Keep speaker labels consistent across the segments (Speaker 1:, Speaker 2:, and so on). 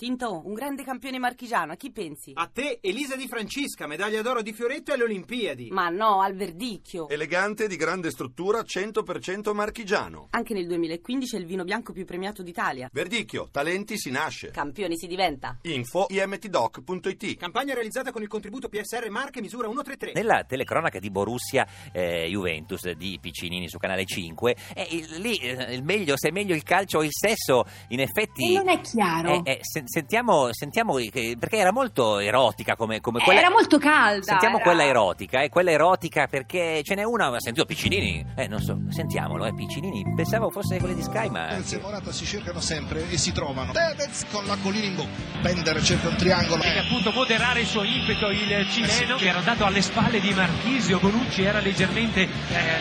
Speaker 1: Tinto, un grande campione marchigiano, a chi pensi?
Speaker 2: A te Elisa Di Francesca, medaglia d'oro di Fioretto alle Olimpiadi.
Speaker 1: Ma no, al verdicchio.
Speaker 3: Elegante, di grande struttura, 100% marchigiano.
Speaker 1: Anche nel 2015 è il vino bianco più premiato d'Italia.
Speaker 3: Verdicchio, talenti si nasce.
Speaker 1: Campioni si diventa.
Speaker 3: Info imtdoc.it
Speaker 2: Campagna realizzata con il contributo PSR Marche misura 133.
Speaker 4: Nella telecronaca di Borussia eh, Juventus di Piccinini su canale 5, eh, il- lì eh, il meglio, se è meglio il calcio o il sesso, in effetti.
Speaker 5: E non è chiaro.
Speaker 4: Eh, eh, sen- sentiamo, sentiamo che- perché era molto erotica come, come
Speaker 5: Eh,
Speaker 4: quella.
Speaker 5: era molto calda.
Speaker 4: Sentiamo
Speaker 5: era-
Speaker 4: quella erotica, eh, quella erotica perché ce n'è una, ma sentito Piccinini, eh non so, sentiamolo, eh, Piccinini, pensavo fosse quella di Sky, ma...
Speaker 6: Renzi e Morata si cercano sempre e si trovano. Tevez con la colina in bocca. Bender cerca un triangolo.
Speaker 7: deve
Speaker 6: Eh,
Speaker 7: appunto moderare il suo impeto il cileno che era andato alle spalle di Marchisio Bonucci era leggermente eh,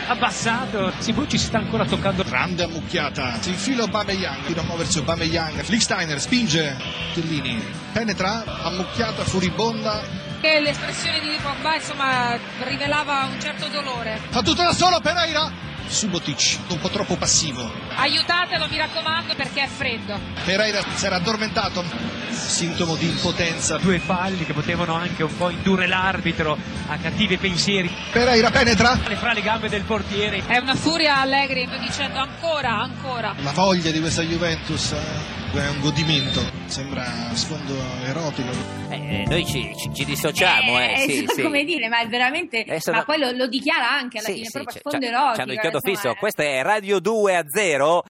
Speaker 7: abbassato Sibucci si sta ancora toccando
Speaker 6: Grande ammucchiata. Si infila Aubameyang. Fino a muoversi Aubameyang. Flicksteiner spinge. Tellini penetra. Ammucchiata furibonda.
Speaker 8: Che l'espressione di Pogba insomma rivelava un certo dolore.
Speaker 6: Fa tutta da solo Pereira. Subotic un po' troppo passivo.
Speaker 8: Aiutatelo, mi raccomando, perché è freddo.
Speaker 6: Pereira si era addormentato. Sintomo di impotenza.
Speaker 7: due falli che potevano anche un po' indurre l'arbitro a cattivi pensieri
Speaker 6: Pereira penetra.
Speaker 7: fra le gambe del portiere
Speaker 8: È una furia Allegri dicendo ancora, ancora.
Speaker 6: La voglia di questa Juventus eh, è un godimento. Sembra sfondo erotico.
Speaker 4: Eh, eh, noi ci, ci- ci dissociamo, eh,
Speaker 5: Eh,
Speaker 4: sì,
Speaker 5: so
Speaker 4: sì.
Speaker 5: come dire, ma è veramente.
Speaker 4: Adesso
Speaker 5: ma
Speaker 4: no-
Speaker 5: poi lo, lo dichiara anche alla
Speaker 4: Sì, cioè,
Speaker 5: fine,
Speaker 4: sì,
Speaker 5: proprio
Speaker 4: c'è-
Speaker 5: sfondo
Speaker 4: c'ha-
Speaker 5: erotico.
Speaker 4: c'hanno il chiodo
Speaker 5: insomma,
Speaker 4: fisso,
Speaker 5: eh.
Speaker 4: questa è Radio 2 a 0